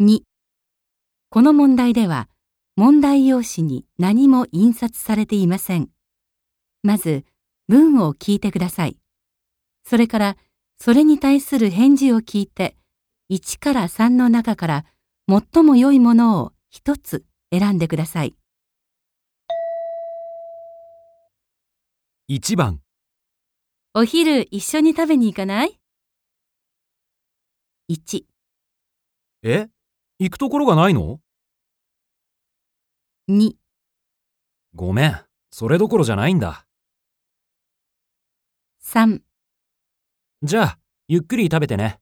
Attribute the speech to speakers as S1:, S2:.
S1: 2この問題では問題用紙に何も印刷されていませんまず文を聞いてくださいそれからそれに対する返事を聞いて1から3の中から最も良いものを1つ選んでください
S2: 1番、
S1: お昼一緒に食べに行かない1
S2: え行くところがないの
S1: 2
S2: ごめん、それどころじゃないんだ。
S1: 3
S2: じゃあ、ゆっくり食べてね。